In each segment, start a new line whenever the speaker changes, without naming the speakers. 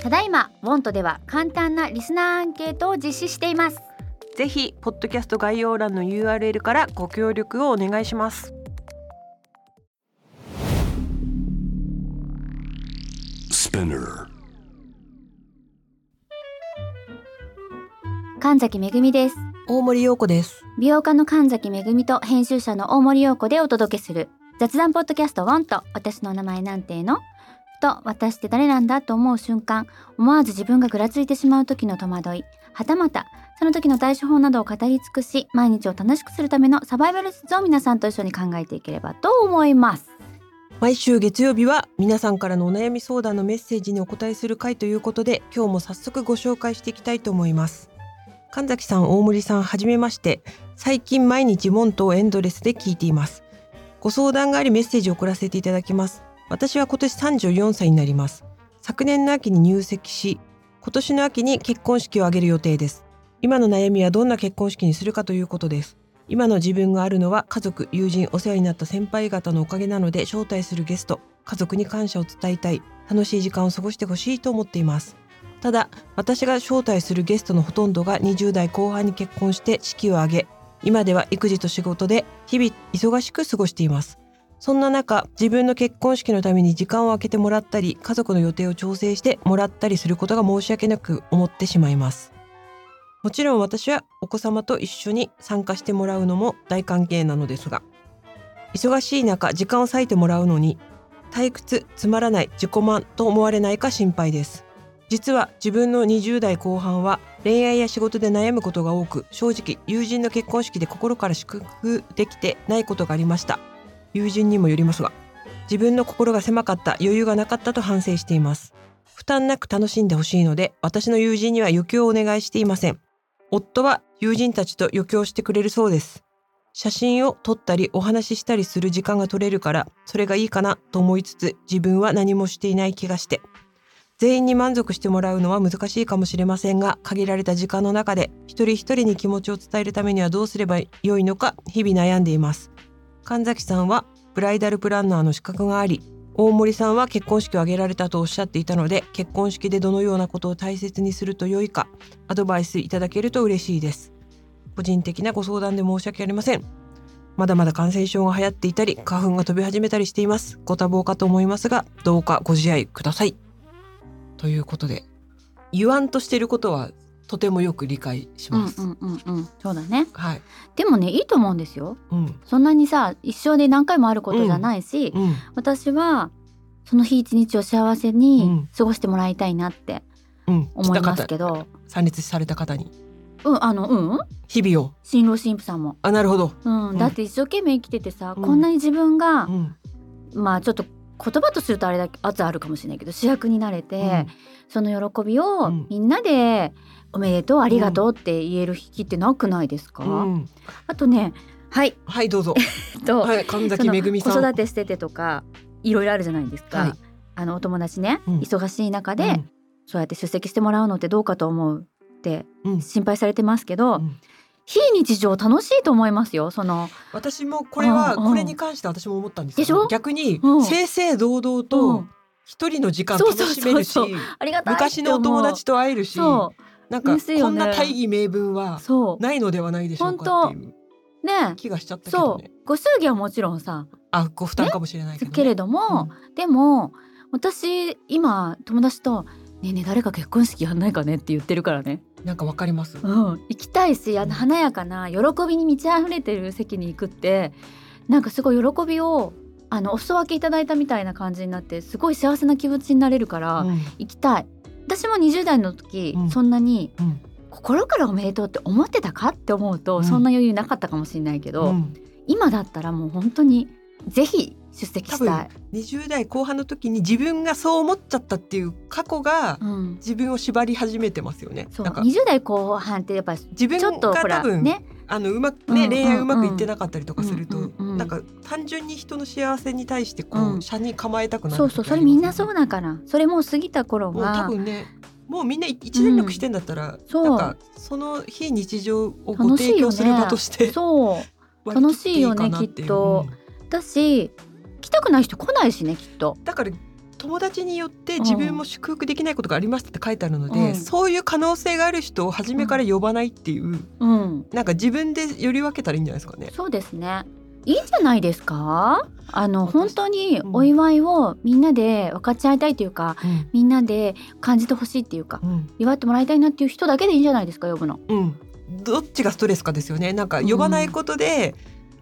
ただいま WONT では簡単なリスナーアンケートを実施しています
ぜひポッドキャスト概要欄の URL からご協力をお願いします
神崎めぐみです
大森洋子です
美容家の神崎めぐみと編集者の大森洋子でお届けする雑談ポッドキャスト WONT 私の名前なんてのと私って誰なんだと思う瞬間思わず自分がぐらついてしまう時の戸惑いはたまたその時の対処法などを語り尽くし毎日を楽しくするためのサバイバル術を皆さんと一緒に考えていければと思います
毎週月曜日は皆さんからのお悩み相談のメッセージにお答えする回ということで今日も早速ご紹介していきたいと思います神崎さん大森さんはじめまして最近毎日モントをエンドレスで聞いていますご相談がありメッセージを送らせていただきます私は今年34歳になります昨年の秋に入籍し今年の秋に結婚式を挙げる予定です今の悩みはどんな結婚式にするかということです今の自分があるのは家族友人お世話になった先輩方のおかげなので招待するゲスト家族に感謝を伝えたい楽しい時間を過ごしてほしいと思っていますただ私が招待するゲストのほとんどが20代後半に結婚して式を挙げ今では育児と仕事で日々忙しく過ごしていますそんな中自分の結婚式のために時間を空けてもらったり家族の予定を調整してもらったりすることが申し訳なく思ってしまいますもちろん私はお子様と一緒に参加してもらうのも大歓迎なのですが忙しい中時間を割いてもらうのに退屈つまらない自己満と思われないか心配です実は自分の20代後半は恋愛や仕事で悩むことが多く正直友人の結婚式で心から祝福できてないことがありました友人にもよりますが自分の心が狭かった余裕がなかったと反省しています負担なく楽しんでほしいので私の友人には余興をお願いしていません夫は友人たちと余興してくれるそうです写真を撮ったりお話ししたりする時間が取れるからそれがいいかなと思いつつ自分は何もしていない気がして全員に満足してもらうのは難しいかもしれませんが限られた時間の中で一人一人に気持ちを伝えるためにはどうすれば良いのか日々悩んでいます神崎さんはブライダルプランナーの資格があり大森さんは結婚式を挙げられたとおっしゃっていたので結婚式でどのようなことを大切にすると良いかアドバイスいただけると嬉しいです個人的なご相談で申し訳ありませんまだまだ感染症が流行っていたり花粉が飛び始めたりしていますご多忙かと思いますがどうかご自愛くださいということで言わんとしていることはとてもよく理解し
うんう
ます、
んうんうんそうだね
はい
でもねいいと思うんですよ
うん
そんなにさ一生で何回もあることじゃないし、
うん
私はその日一日を幸せ
う
に
ん
過ごしてもらいたいなって
うん
思い
来た
ます
方
けど、
参列された方に
うん、あのうん
日々を
新郎新婦さんも、
あなるほど、
うん
うん
だって一生懸命生きててさ、
うん
こんなに自分が
う、ん
まあちょっと言葉とするとあれだけ圧あるかもしれないけど主役になれて、
うん
その喜びを
うん
みんなで「おめでとうありがとう」って言える日ってなくないですか、
うん
あとねはい
はいどうぞ
えっと、
はい神
そ
崎
の
めぐみさ
子
ん
育てしててとかいろいろあるじゃないですか、
はい
あのお友達ね、
うん
忙しい中で、そうやって出席してもらうのってどうかと思うって
うんうん
心配されてますけど、
うん
非日常楽しいと思いますよその
私もこれは
うんうん
これに関して私も思ったんです
でしょ
逆に
うん
正々堂々
う
と
ん
一人の時間
そう
楽
そう
しめるし
そうありがたいって
昔
思
の
う
お友達と会えるしな
そ
んか
ですよ
こん
ね
な大義名分
う
は
そう
ないのではないでしょうかっていう
ね
気がしちゃったけ
そ
どね
うご祝儀はもちろんさ
あご負担かもしれないけどね
けれども、でも私今友達と「ねえねえ誰か結婚式やんないかね」って言ってるからね、
うんなんかわかります
うん、行きたいしあの華やかな喜びに満ち溢れてる席に行くってなんかすごい喜びをあのお裾分けいただいたみたいな感じになってすごい幸せな気持ちになれるから、
うん
行きたい私も20代の時、
うん
そんなに、
うん
心からおめでとうって思ってたかって思うと、
うん
そんな余裕なかったかもしれないけど、
うん
今だったらもう本当にぜひ出席したい。
20代後半の時に自分がそう思っちゃったっていう過去が
うん、
自分を縛り始めてますよね
そう
なんか
20代後半ってやっぱち
自分
ょっと
が
ほ
多
ら
分
ね
あのうまく
うんうんう
ね、
ん
恋愛うまくいってなかったりとかすると、
うんうんうん
なんか単純に人の幸せに対してこう、
うん
社に構えたくなる
そうそうそれみんなそううだからそれもう過ぎた頃
もう多
は
分ねもうみんな一連絡してんだったら、
そう
なんかその非日常をご
楽しい
提
よ
供
ね
する場として、
そう
割り切ってい
楽し
いかな
いよね
ってい
き
う
っと
う
だし来たくない人来ないしねきっと。
んだから友達によって自分も祝福できないことがありましたって書いてあるので、
うん
そういう可能性がある人を初めから呼ばないっていう、
うん、
なんか自分でより分けたらいいんじゃないですかね。
そうですね。いいんじゃないですか。あの
私
本当に
うん
お祝いをみんなで分かち合いたいというか、
うん
みんなで感じてほしいっていうか、
うん
祝ってもらいたいなっていう人だけでいいんじゃないですか呼ぶの。
うん、どっちがストレスかですよねなんか呼ばないことで、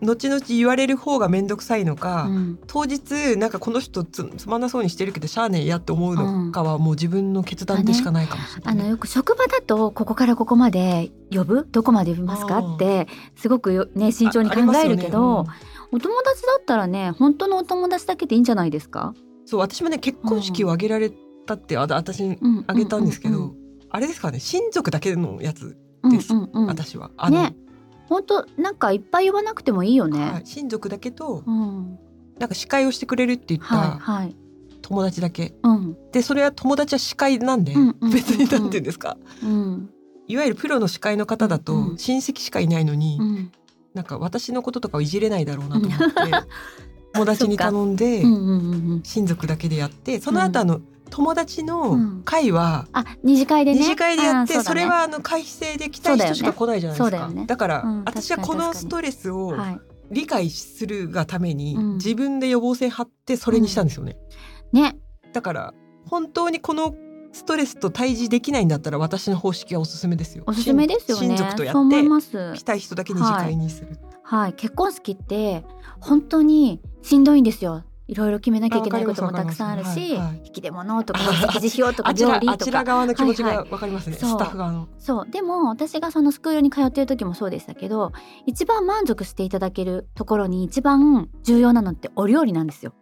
後々言われる方が面倒くさいのか、
うん、
当日なんかこの人つつまんなそうにしてるけどしゃあねえやって思うのかはもう自分の決断でしかないかもしれな
あ
い、
のよく職場だとここからここまで呼ぶどこまで呼びますか
あー
ってすごくよね慎重に
あ
考
あります
え
よ
る
ね
けど、
うん
お友達だったらね本当のお友達だけでいいんじゃないですか。
そう私もね結婚式を挙げられたってあだ私に
うん
挙げたんですけど、
うんうん
あれですかね親族だけのやつ、
うん
です
うんうん
私はあの、
ね本当なんかいっぱい呼ばなくてもいいよね。
はい親族だけと
うん
なんか司会をしてくれるって言っ
はい
た
はい。
友達だけ
うん
でそれは友達は司会なんで、
うんうんうんうん
別になんていうんですか
うん
いわゆるプロの司会の方だと
うん
親戚しかいないのに、
うん
なんか私のこととかをいじれないだろうなと思って 友達に頼んで
うんうんうんうん。
親族だけでやってその後あの友達
う
の
ん
会は
あ二次会でね。
二次会でやっ
あ
て
ー
そう
だね
れはあの会費制で来たい人しか来ないじゃないです
そうだよね
か
そうだよね
だから
うん
私は
確
こ
かに
の
確か
ス
に
トレスを
はい。
理解するがために
うん
自分で予防線張ってそれにしたんですよね
ね。
だから本当にこのストレスと対峙できないんだったら私の方式はおすすめですよ
おすすめですよね。
親族とや
そう
っ
思い
て
ます。
来たい人だけに次回にする。
はい。結婚式って本当にしんどいんですよ。いろいろ決めなきゃいけないこと
あわ
も
かり
た
ま
く
す
さんあるし、
わかりますはいはい
引き出物とか席次表と
あ
か
ち
料
ら
理
あ
と
ち。
から
側の気持ち
はい
がわかりますね、
そう
スタッフ側の。
そうでも私がそのスクールに通ってる時もそうでしたけど一番満足していただけるところに一番重要なのってお料理なんですよ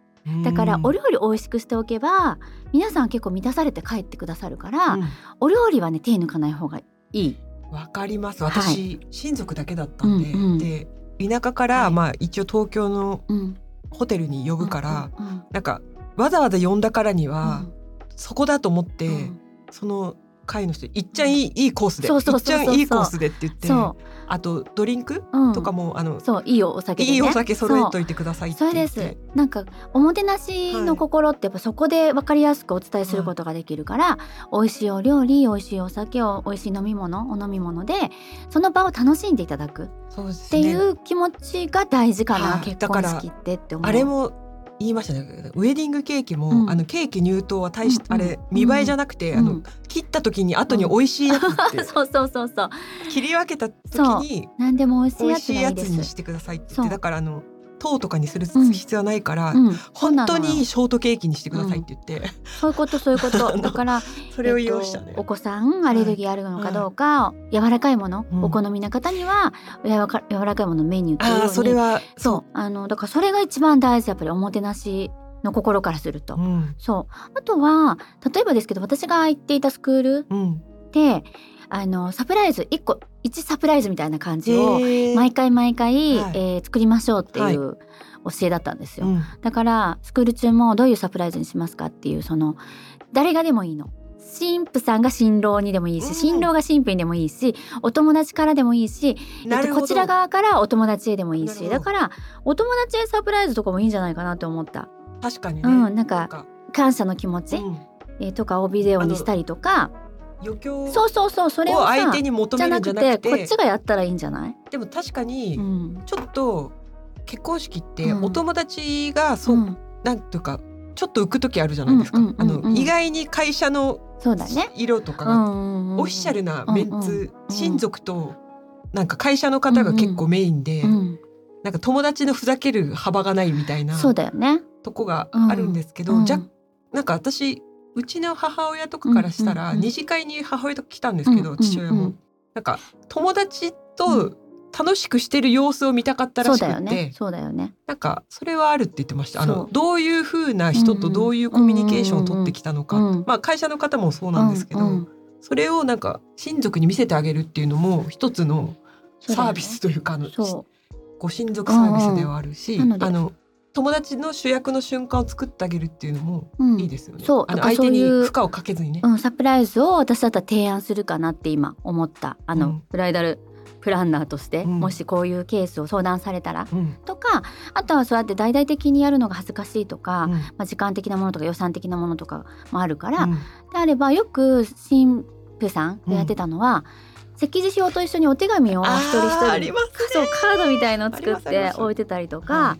だからお
り
料理を美味しくしておけば皆さん結構満たされて帰ってくださるから、お料理はね手抜かない方がいい。
わかります
はい
私、親族だけだったんで、
うんうん
で田舎から、
はい
まあ一応東京の
うん、
ホテルに呼ぶから、
うんうん
なんかわざわざ呼んだからに
うん
は、そこだと思って、
うん
その会の人いっちゃんいい,、いいコースで
そうそ
いうっち
そう
ゃ
そうんそう
いいコースでって言って
そ
あとドリンク
う、うん、
とかも、あの
そういいお酒で、ね、
いいお酒揃えといてくださいって
そう
言っ
で
て
すなんかおもてなしの心ってやっぱそこで分かりやすくお伝えすることができるから、美味しいお料理美味しいお酒を美味しい飲み物お飲み物でその場を楽しんでいただくっ
そうです
てい
ね
う気持ちが大事かな、
はい
結婚式ってって思う
あれも言いましたねウェディングケーキも、
うん
あのケーキ入刀は大し、
うんうん
あれ見栄えじゃなくて、
うん
あの切った時に後に美味しいやつって、
そうそうそうそう
切り分けた時に
何でも美味しい
美
や
味
つ
しい
がい
や
い
つ
です
にしてくださいって言
そ
っ
う
てだからあの糖とかにする
うん
必要はないから、
うん、そうなの
本当
よ
にいいショートケーキにしてくださいって言って、
そういうことそういうこ
あ
と
の
だから
それを言いました
え
ね
っと、お。子さんアレルギーあるのかどうか、柔らかいもの、
うん
お好みな方にはやわか柔らかいもののメニューっていうよう
あ
に
あそれは
そうあのだからそれが一番大事やっぱりおもてなしの心からすると。
うん
そうあとは例えばですけど私が行っていたスクール
うん
であのサプライズ1個1サプライズみたいな感じを
へー
毎回毎回、
はい
えー作りましょうっていう教えだったんですよ。
うん
だからスクール中もどういうサプライズにしますかっていうその誰がでもいいの新婦さんが新郎にでもいい
うん
し新郎が新婦にでもいいしお友達からでもいいし、え
な
っ
る
と、
ほど
こちら側からお友達へでもいい
なるほ
し
ど
だからお友達へサプライズとかもいいんじゃないかなと思った
確かにね、
うんなんか
か
感謝の気持ち、
うん
えーとかをビデオにしたりとか
余興
そ
を
うそうそうそれをさ
相手に求
じゃな
める
ん
じゃ
く
な
て
くて
こっちがやったらいいんじゃない、
でも確かに、
うん
ちょっと結婚式って
うん
お友達がそう、
うん
なんていうかちょっと浮く時あるじゃないですか、
うんうんうんうん
あの意外に会社の
そうだね。
色とか
う
が、
んうんうんうん
オフィシャルなメンツ、
うん
親族となんか会社の方が結構メインで、
うん
なんか友達のふざける幅がないみたいな
そうだよね。
とこがあるんですけど、
うん
じゃなんか私うちの母親とかからしたら、
うんうんうん
二次会に母親と来たんですけど、
うんうんうん
父親もなんか友達と楽しくしてる様子を見たかった
そ
ら
う
しく
だよ
って、
ね。そうだよね。
なんかそれはあるって言ってましたあ
そ
の
う
どういうふうな人とどういうコミュニケーションを取ってきたのか、
うんうんうんうん
まあ、会社の方もそうなんですけど、
ううん
それをなんか親族に見せてあげるっていうのも一つの
そうだ
サ
よ
ー
ね
ビスというかあの
そ
ご親族サービスではあるし、
うんうんなので
あの友達の主役の瞬間を作ってあげるっていうのも
う、うん、
いいですよね。
そう
あの
だからそ
相
う
手に
いう
負荷をかけずにね。
うん、サプライズを私だったら提案するかなって今思ったあの、
うん
ブライダルプランナーとして、
うん
もしこういうケースを相談されたら
うん
とかあとはそうやって大々的にやるのが恥ずかしいとか、
うん
まあ、時間的なものとか予算的なものとかもあるから、
うん
であればよく新婦さんがやってたのは、席次表と一緒にお手紙を
あー
一人一人
ありますね
そうカードみたいのを作っ
ありますありま
て
す
置いてたりとか、
は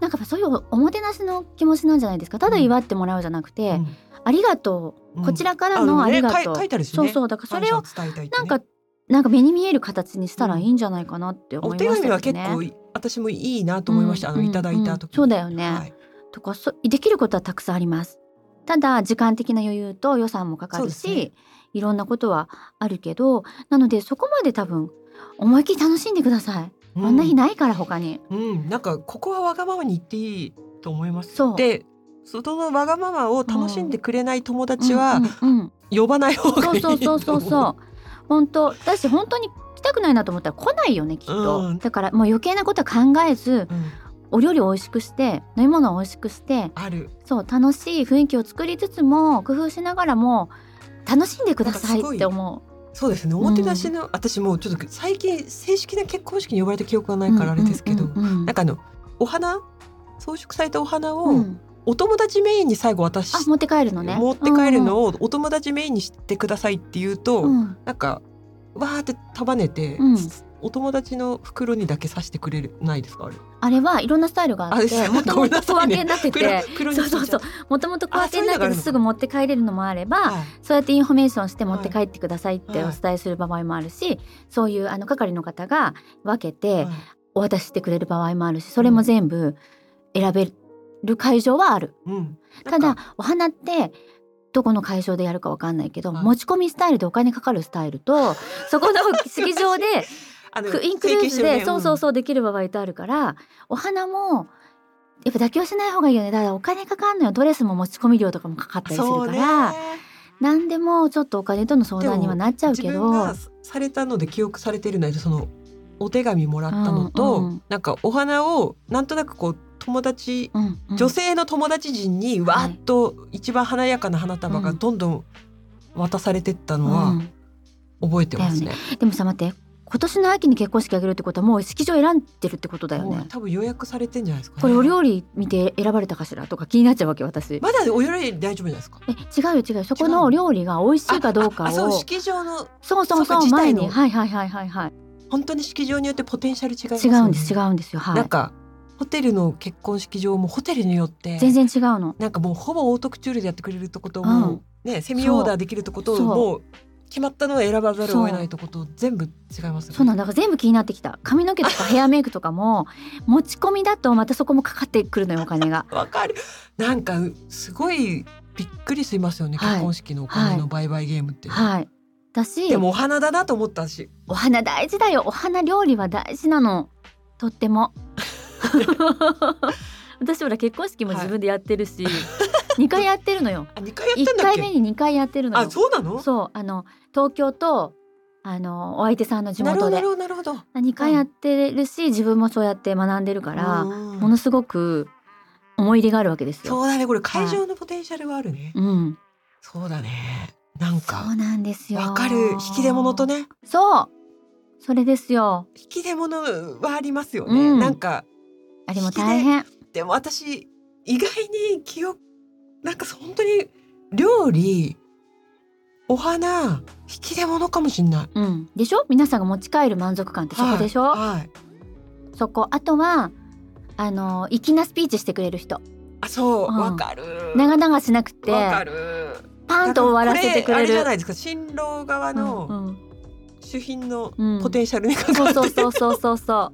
なんかそういうおもてなしの気持ちなんじゃないですかただ祝ってもらうじゃなくて、
うん
ありがとう、
うん
こちらからのありが
あで
と
もね書
う、
い書いてあるしね
そうそうだからそれを
感謝伝えたいって
な
ね
んかなんか目に見える形にしたらいいんじゃないかなって思
お
いま
手
したけど
紙
ね。
は結構い私もいいなと思いまし
う
た、
ん
あの
うん
いただいた時
うん
に、
そうだよね
はい
とかそできることはたくさんあります。ただ時間的な余裕と予算もかかる
そう
し、
です
いろんなことはあるけどなのでそこまで多分思いっきり楽しんでください。
う
こんな日ないから他に。
うん、なんかここはわがままに言っていいと思います。
そう
で、そのわがままを楽しんでくれない友達は
うん うんうん
呼ばない方が
そ
いうい
そ
と
う
思
そう
う。
そうそう。本当だし本当に来たくないなと思ったら来ないよねきっと、
うん
だからもう余計なことは考えず
うん
お料理を美味しくして飲み物を美味しくして
ある。
そう楽しい雰囲気を作りつつも工夫しながらも楽しんでくださいって思う。
そうですね。おもてなしの、私もうちょっと最近正式な結婚式に呼ばれた記憶がないからあれですけ
う
ど、
んうんうんうん
なんかあのお花装飾されたお花
う
を
ん
お友達メインに最後渡し
あ持って帰るのね
持って帰るのをお友達メインにしてくださいって言うと、
うんうん
なんかわーって束ねて、
うん
お友達の袋にだけ刺してくれるないですかあれ
あれはいろんなスタイルがあっ
あ
てもと
ご
も
めんな
と
さ
小
い
分
ね
けになって
袋
て
袋に
そう
刺
そうそうもともと小分けになっ
あそういうのが
て
あ
て
るのか
すぐ持って帰れるのもあれば
はい
そうやってインフォメーションして持って帰ってくださいっ
はい
てお伝えする場合もあるしそういうあの係の方が分けて
はい
お渡ししてくれる場合もあるしそれも全部選べる会場はある。
うん、
た
なん
だ
か
お花ってどこの会場でやるかわかんないけど、
はい
持ち込みスタイルでお金かかるスタイルと そこの式場で
あの
クインクルーズ
請求
で、
書ね
そうそうそうできる場合とあるからお花もやっぱ妥協しない方がいいよねだからお金かかんのよドレスも持ち込み料とかもかかったりする
そう
か
ね
ら、何でもちょっとお金との相談にはなっちゃう
自
け
分
ど
がされたので記憶されてるのはそのお手紙もらったのと、
うんうん
なんかお花をなんとなくこう友達
うんうん
女性の友達陣にわーっと一番華やかな花束がどんどん渡されてったの
う
は
ん
覚えてますね。
でもさ待って今年の秋に結婚式あげるってことはもう式場選んでるってことだよ
もう
ね
多分予約されてんじゃないですかね、
これお料理見て選ばれたかしらとか気になっちゃうわけ私
まだお料理大丈夫じゃないですか。
え違うよ違うよそこのお料理が美味しいかどうかを
あそう式場の
そうそう
そう
そ
か
う
自
前
体の
にはいはいはいはいはい
本当に式場によってポテンシャル違います
違
よね
うんです違うんですよは
なん
い
かホテルの結婚式場もホテルによって
全然違うの
なんかもうほぼオートクチュールでやってくれるとことも、ねセミオーダーできるとこと
そう
もう決まったのを選ばざるを得ないとこと全部違いますよね。
そうなんだだから全部気になってきた髪の毛と かヘアメイクとかも持ち込みだとまたそこもかかってくるのよお金 が
わかる。なんかうすごいびっくりしますよね、
はい
結婚式のお金の売買ゲームって。
はいだし
でもお花だなと思ったし、
お花大事だよお花料理は大事なのとって も私ほら結婚式も自分でやってるし、2回やってるのよ
あ二 回やったん
1
だっ
回
け
目？に2回やってるのよ
あそうなの？
そうあの東京とあのお相手さんの地
なる
元
ほどな
で
るほどなるほど。
2回やってるし、自分もそうやって学んでるから、
うん
ものすごく思い入れがあるわけですよ。
そうだねこれ会場のポテンシャルはあるね。
うん、
そうだね。な
そう
んか
なんですよ。
わかる引き出物と。ね
そう、それですよ。
引き出物はありますよね。
うん
なんか
あれも大変。
でも私意外に記憶なんか本当に料理お花引き出物かもしれない。
うん、でしょ皆さんが持ち帰る満足感ってそこでしょ、
はいはい
そこあとはあの粋なスピーチしてくれる人
あそう
うん
わ、かる
長々しなくて
わかる
パンと終わらせてく
だからこあ
れ
れじゃ
る
ないですか新郎側
う
の
ん
主品の
うん
ポテンシャルにか
うん、
か
そう
って
そうそうそうそうそ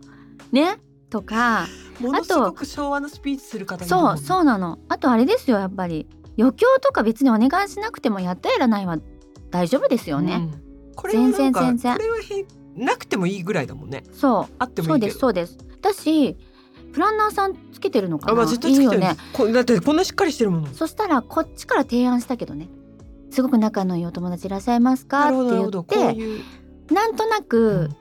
うねとか
ものすごく昭和のスピーチする方いるも
そ
ん
う
ね
そうなのあとあれですよやっぱり余興とか別にお願いしなくてもやったやらないは大丈夫ですよね、
うんこれはなんか
全然全然
これはへなくてもいいぐらいだもんね
そ
あって
う
も
そ
いういけ
で
ど
すそうですだしプランナーさんつけてるのかな、
あまあ絶対
い
つ
い
け
よ
てる
ね
こだってこんなしっかりしてるもの
そしたらこっちから提案したけどねすごく仲のいいお友達いらっしゃいますか
な
って
る
言
ほどなるほど
っ
こう
て
いう
なんとな
う
く
ん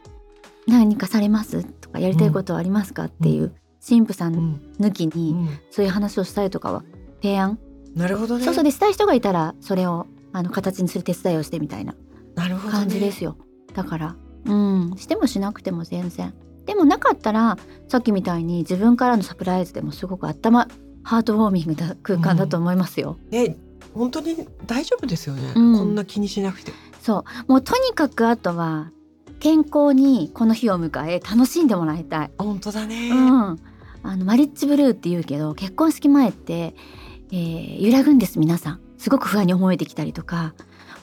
何かされますとかやりたいことはありますかっていう神父さ
うんん
抜き
う
に
ん
そういう話をしたりとかは提案
なるほどね
そうそうでしたい人がいたらそれをあの形にする手伝いをしてみたいな
なるほどね
感じですよだからうん、してもしなくても全然でもなかったらさっきみたいに自分からのサプライズでもすごく頭ハートウォーミングな空間だと思いますよ、
え本当に大丈夫ですよね、
うん
こんな気にしなくて
そうもうとにかくあとは健康にこの日を迎え楽しんでもらいたい、
あ本当だね、
うん、あのマリッジブルーって言うけど結婚式前って、えー揺らぐんです皆さんすごく不安に思えてきたりとか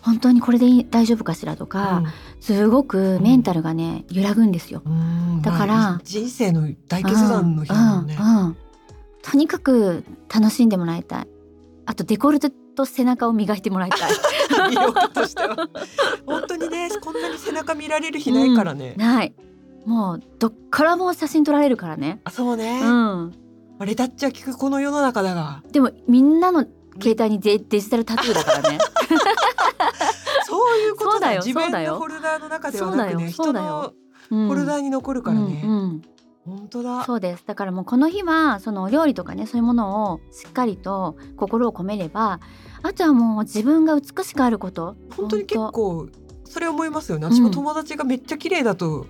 本当にこれでいい大丈夫かしらとか、すごくメンタルがね揺らぐんですよ
うんうん
だから
まあ人生の大決断の日だもんね、
うんうんうんとにかく楽しんでもらいたいあとデコルテと背中を磨いてもらい たい
魅力としては本当にねこんなに背中見られる日ないからね、
ないもうどっからも写真撮られるからね
あそうね、
う
ま
ん
あレタッチは聞くこの世の中だが
でもみんなの携帯にデデジタルタトゥーだから ね
そういうことだよ
そ
自
うだよ
分
そうだよ
のフォルダーの中ではなくね
そ
人
うだよ
の
うん
フォルダーに残るからね、
うんうん
本当だ
そうですだからもうこの日はそのお料理とかねそういうものをしっかりと心を込めればあとはもう自分が美しくあること
本当に結構それ思いますよね
うん
私も友達がめっちゃ綺麗だと、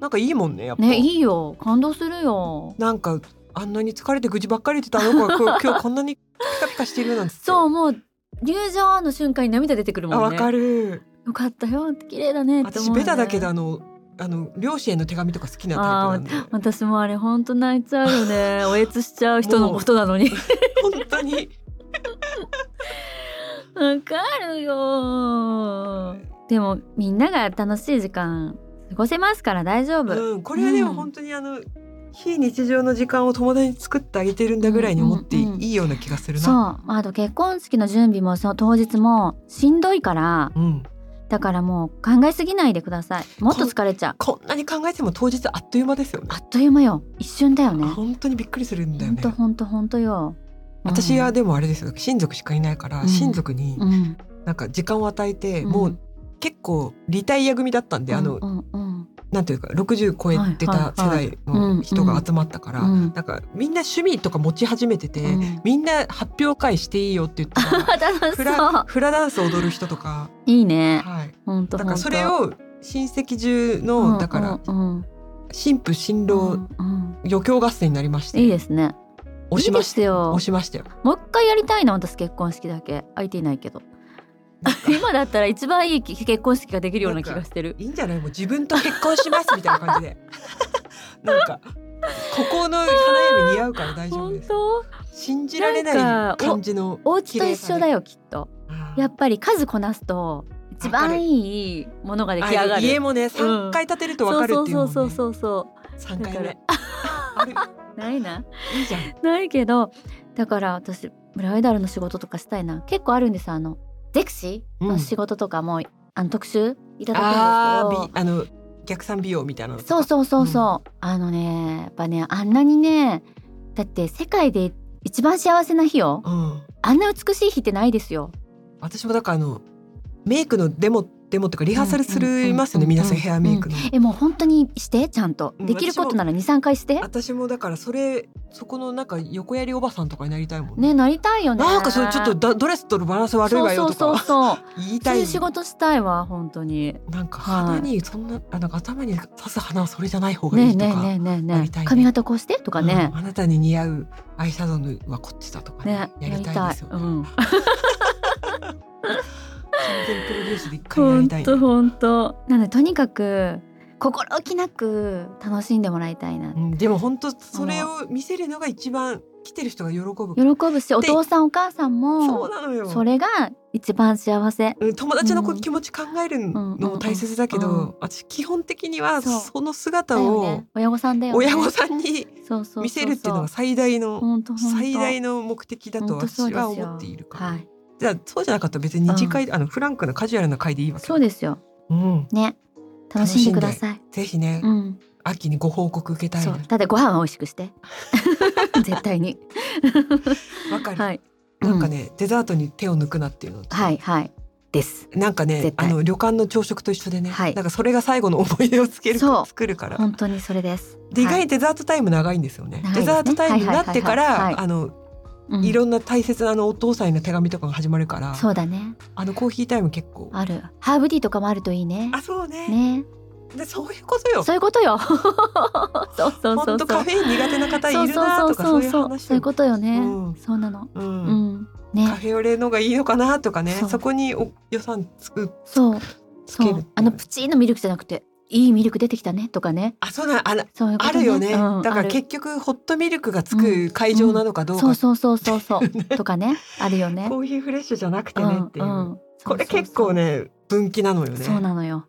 なんかいいもんねやっぱ、
ねいいよ感動するよ
なんかあんなに疲れて愚痴ばっかり言ってたあの子がこう今日こんなにピカピカしてるな んて
そう
う
もう入場の瞬間に涙出てくる
あ
もん
わ
ね。
かる
よかったよ綺麗だねって思
私
う、ね。
ベタだけどあのあの両親への手紙とか好きなタイプなんで
私もあれ本当泣いちゃうよね。おえつしちゃう人のことなのに。
本当に
わかるよ。でもみんなが楽しい時間過ごせますから大丈夫。
うん、これはで
う
も
ん
本当にあの、非日常の時間を友達に作ってあげてるんだぐらいに思って
う
い
んうんうん
いいような気がする
そう
な。
あと結婚式の準備もその当日もしんどいから
うん、
だからもう考えすぎないでくださいもっと疲れちゃう
こんなに考えても当日あっという間ですよね。
あっという間よ一瞬だよね
本当にびっくりするんだよ
ほん
ね
と。ほんとほんとよ、うん
私はでもあれですよ親族しかいないから、
うん
親族に
うん
なんか時間を与えて、
うん
もう結構リタイア組だったんで、あの
うんうん
なんていうか60超えてた世代の人が集まったから、
うんうん
なんかみんな趣味とか持ち始めてて、
うんうん
みんな発表会していいよって言った ら
楽し
フ
そ
ラ
う
フラダンス踊る人とか、
いいね
はい、
本当
だからそれを親戚中の、だから
うん
新婦新
うん
郎
うん
余興合戦になりまして、
いいですね
押しまし
いいです
た
よ
押しましたよ。
もう一回やりたいな私結婚式だけ相手いないけど今だったら一番いい結婚式ができるような気がしてる
いいんじゃないもう自分と結婚しますみたいな感じで なんかここの花嫁似合うから大丈夫
本
です
当
信じられな
なんか
い感じの
お家と一緒だ
よ
よきっとやっぱり数こなすと一番いいものが出来上がる
家もね三階建てるとわかるっていうもんね
そうそうそうそう
三階
だ
目 ある
そうないない
いじゃん
ないけどだから私ブライダルの仕事とかしたいな結構あるんですあのゼクシー
う
の
ん
仕事とかも、あの特集いただく
あ
ん
ー
です
びあの逆算美容みたいなの
け
と
ど
か
そうそうそうそう、あのねやっぱねあんなにねだって世界で一番幸せな日よ
うん
あんな美しい日ってないですよ
私もだからあのメイクのデモデモとかリハーサルするますよね
うんうんうんうん
皆さんヘアメイクの
えもう本当にしてちゃんと
うん
できることなら23回して
私もだからそれそこのなんか横やりおばさんとかになりたいもん
ねなりたいよね
なんかそれちょっとだドレスとのバランス悪いわよと
そう
か
そうそうそう
言い
そう
た
い
いう
仕事したいわ本当に
なんか
はい
鼻にそんなあなんか頭に刺す花はそれじゃない方が
ね
い
え
いと
ねえ
か
ねえねえ
や
ね
りた
え
いね
髪型こうしてとかね、
うんあなたに似合うアイシャドウはこっちだとかね
ね、
やりたいですよね
うん、
完全プロデュースで一回 や
本
りたい
当本当。なのでとにかく心置きなく楽しんでもらいたいな。
うんでも本当それを見せるのが一番来てる人が喜ぶ
喜ぶし、お父さんお母さん
そう
も
なのよ
それが一番幸せ。
うん友達のこ
う
うん気持ち考えるのも大切だけ
うんうんうん
ど私基本的には
そう
その
だ
姿
よ
を
ね。親御さんだよね。
親御さんに
そうそうそうそう
見せるっていうのが最大の
本当本当
最大の目的だと
本当そう
私
ですよ
は思っているから、
はい。
じゃあそうじゃなかったら別に二次会、あのフランクなカジュアルな会でいいわけ
そうですよ。
うん、
ね。楽しんでください。
ぜひね、
うん。
秋にご報告受けたい
そ
な
う。ただご飯は美味しく して。絶対に。
わかる、
はい。
なんか
う
ね、デザートに手を抜くなっていうの
はいはい。です。
なんかね
絶
あ
対
の旅館の朝食と一緒でね、
はい
なんかそれが最後の思い出をつける
そう
作るから
本当にそれです。
で意
は
外
い
にデザートタイム長いんですよ
長
ね,、
いですね
デザートタイムになってか
はいはいはいはいはい
らあの
うん
いろんな大切なあのお父さんへの手紙とかが始まるから、
そうだね。
あのコーヒータイム結構
ある。ハーブティーとかもあるといいね。
あそうね
ね。
でそういうことよ
そういうことよ そうそうそうそ
本
う
当カフェイン苦手な方いるなとかそういう話
そういうことよね、
うん
そうなの
う
うんん
カ
ね
フェオレのがいいのかなとかね
そう
そこにお予算つく
そう
つ
そ
ける
うあのプチーのミルクじゃなくていいミルク出てきたねとかね
あそうなんあら
そういうこ
あ
と、ね、
るよね、
うん
だか
あ
ら
る
結局ホットミルクがつく会場なのかどうか、
そうそうそうそうそうとかねあるよね
コーヒーフレッシュじゃなくてねっていう、
んん
これ結構ね分岐なのよ
そうそ
ね
うそうそうなのよ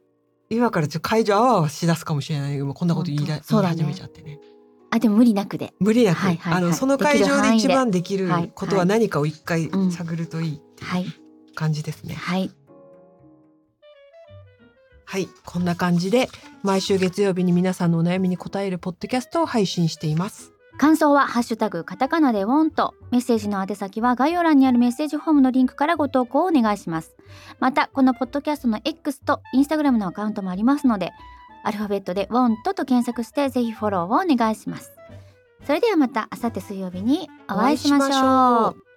今からちょっと会場あわあわしだすかもしれないけどもうこんなこと言いだ
本当そうだね
言い始めちゃってね
あでも無理なくで
無理なく、
はいはいはい
あのその会
できる
場
範
で
囲で
一番できる
はい
こと
は
はい何かを一回
うん
探るといいって
はい
いう感じですね、
はい
はいこんな感じで毎週月曜日に皆さんのお悩みに答えるポッドキャストを配信しています
感想はハッシュタグカタカナでウォンとメッセージの宛先は概要欄にあるメッセージフォームのリンクからご投稿をお願いしますまたこのポッドキャストの X と Instagram のアカウントもありますのでアルファベットでウォンとと検索してぜひフォローをお願いしますそれではまた明後日水曜日にお会いしまし
お会いしまし
ょ
ょ
う
う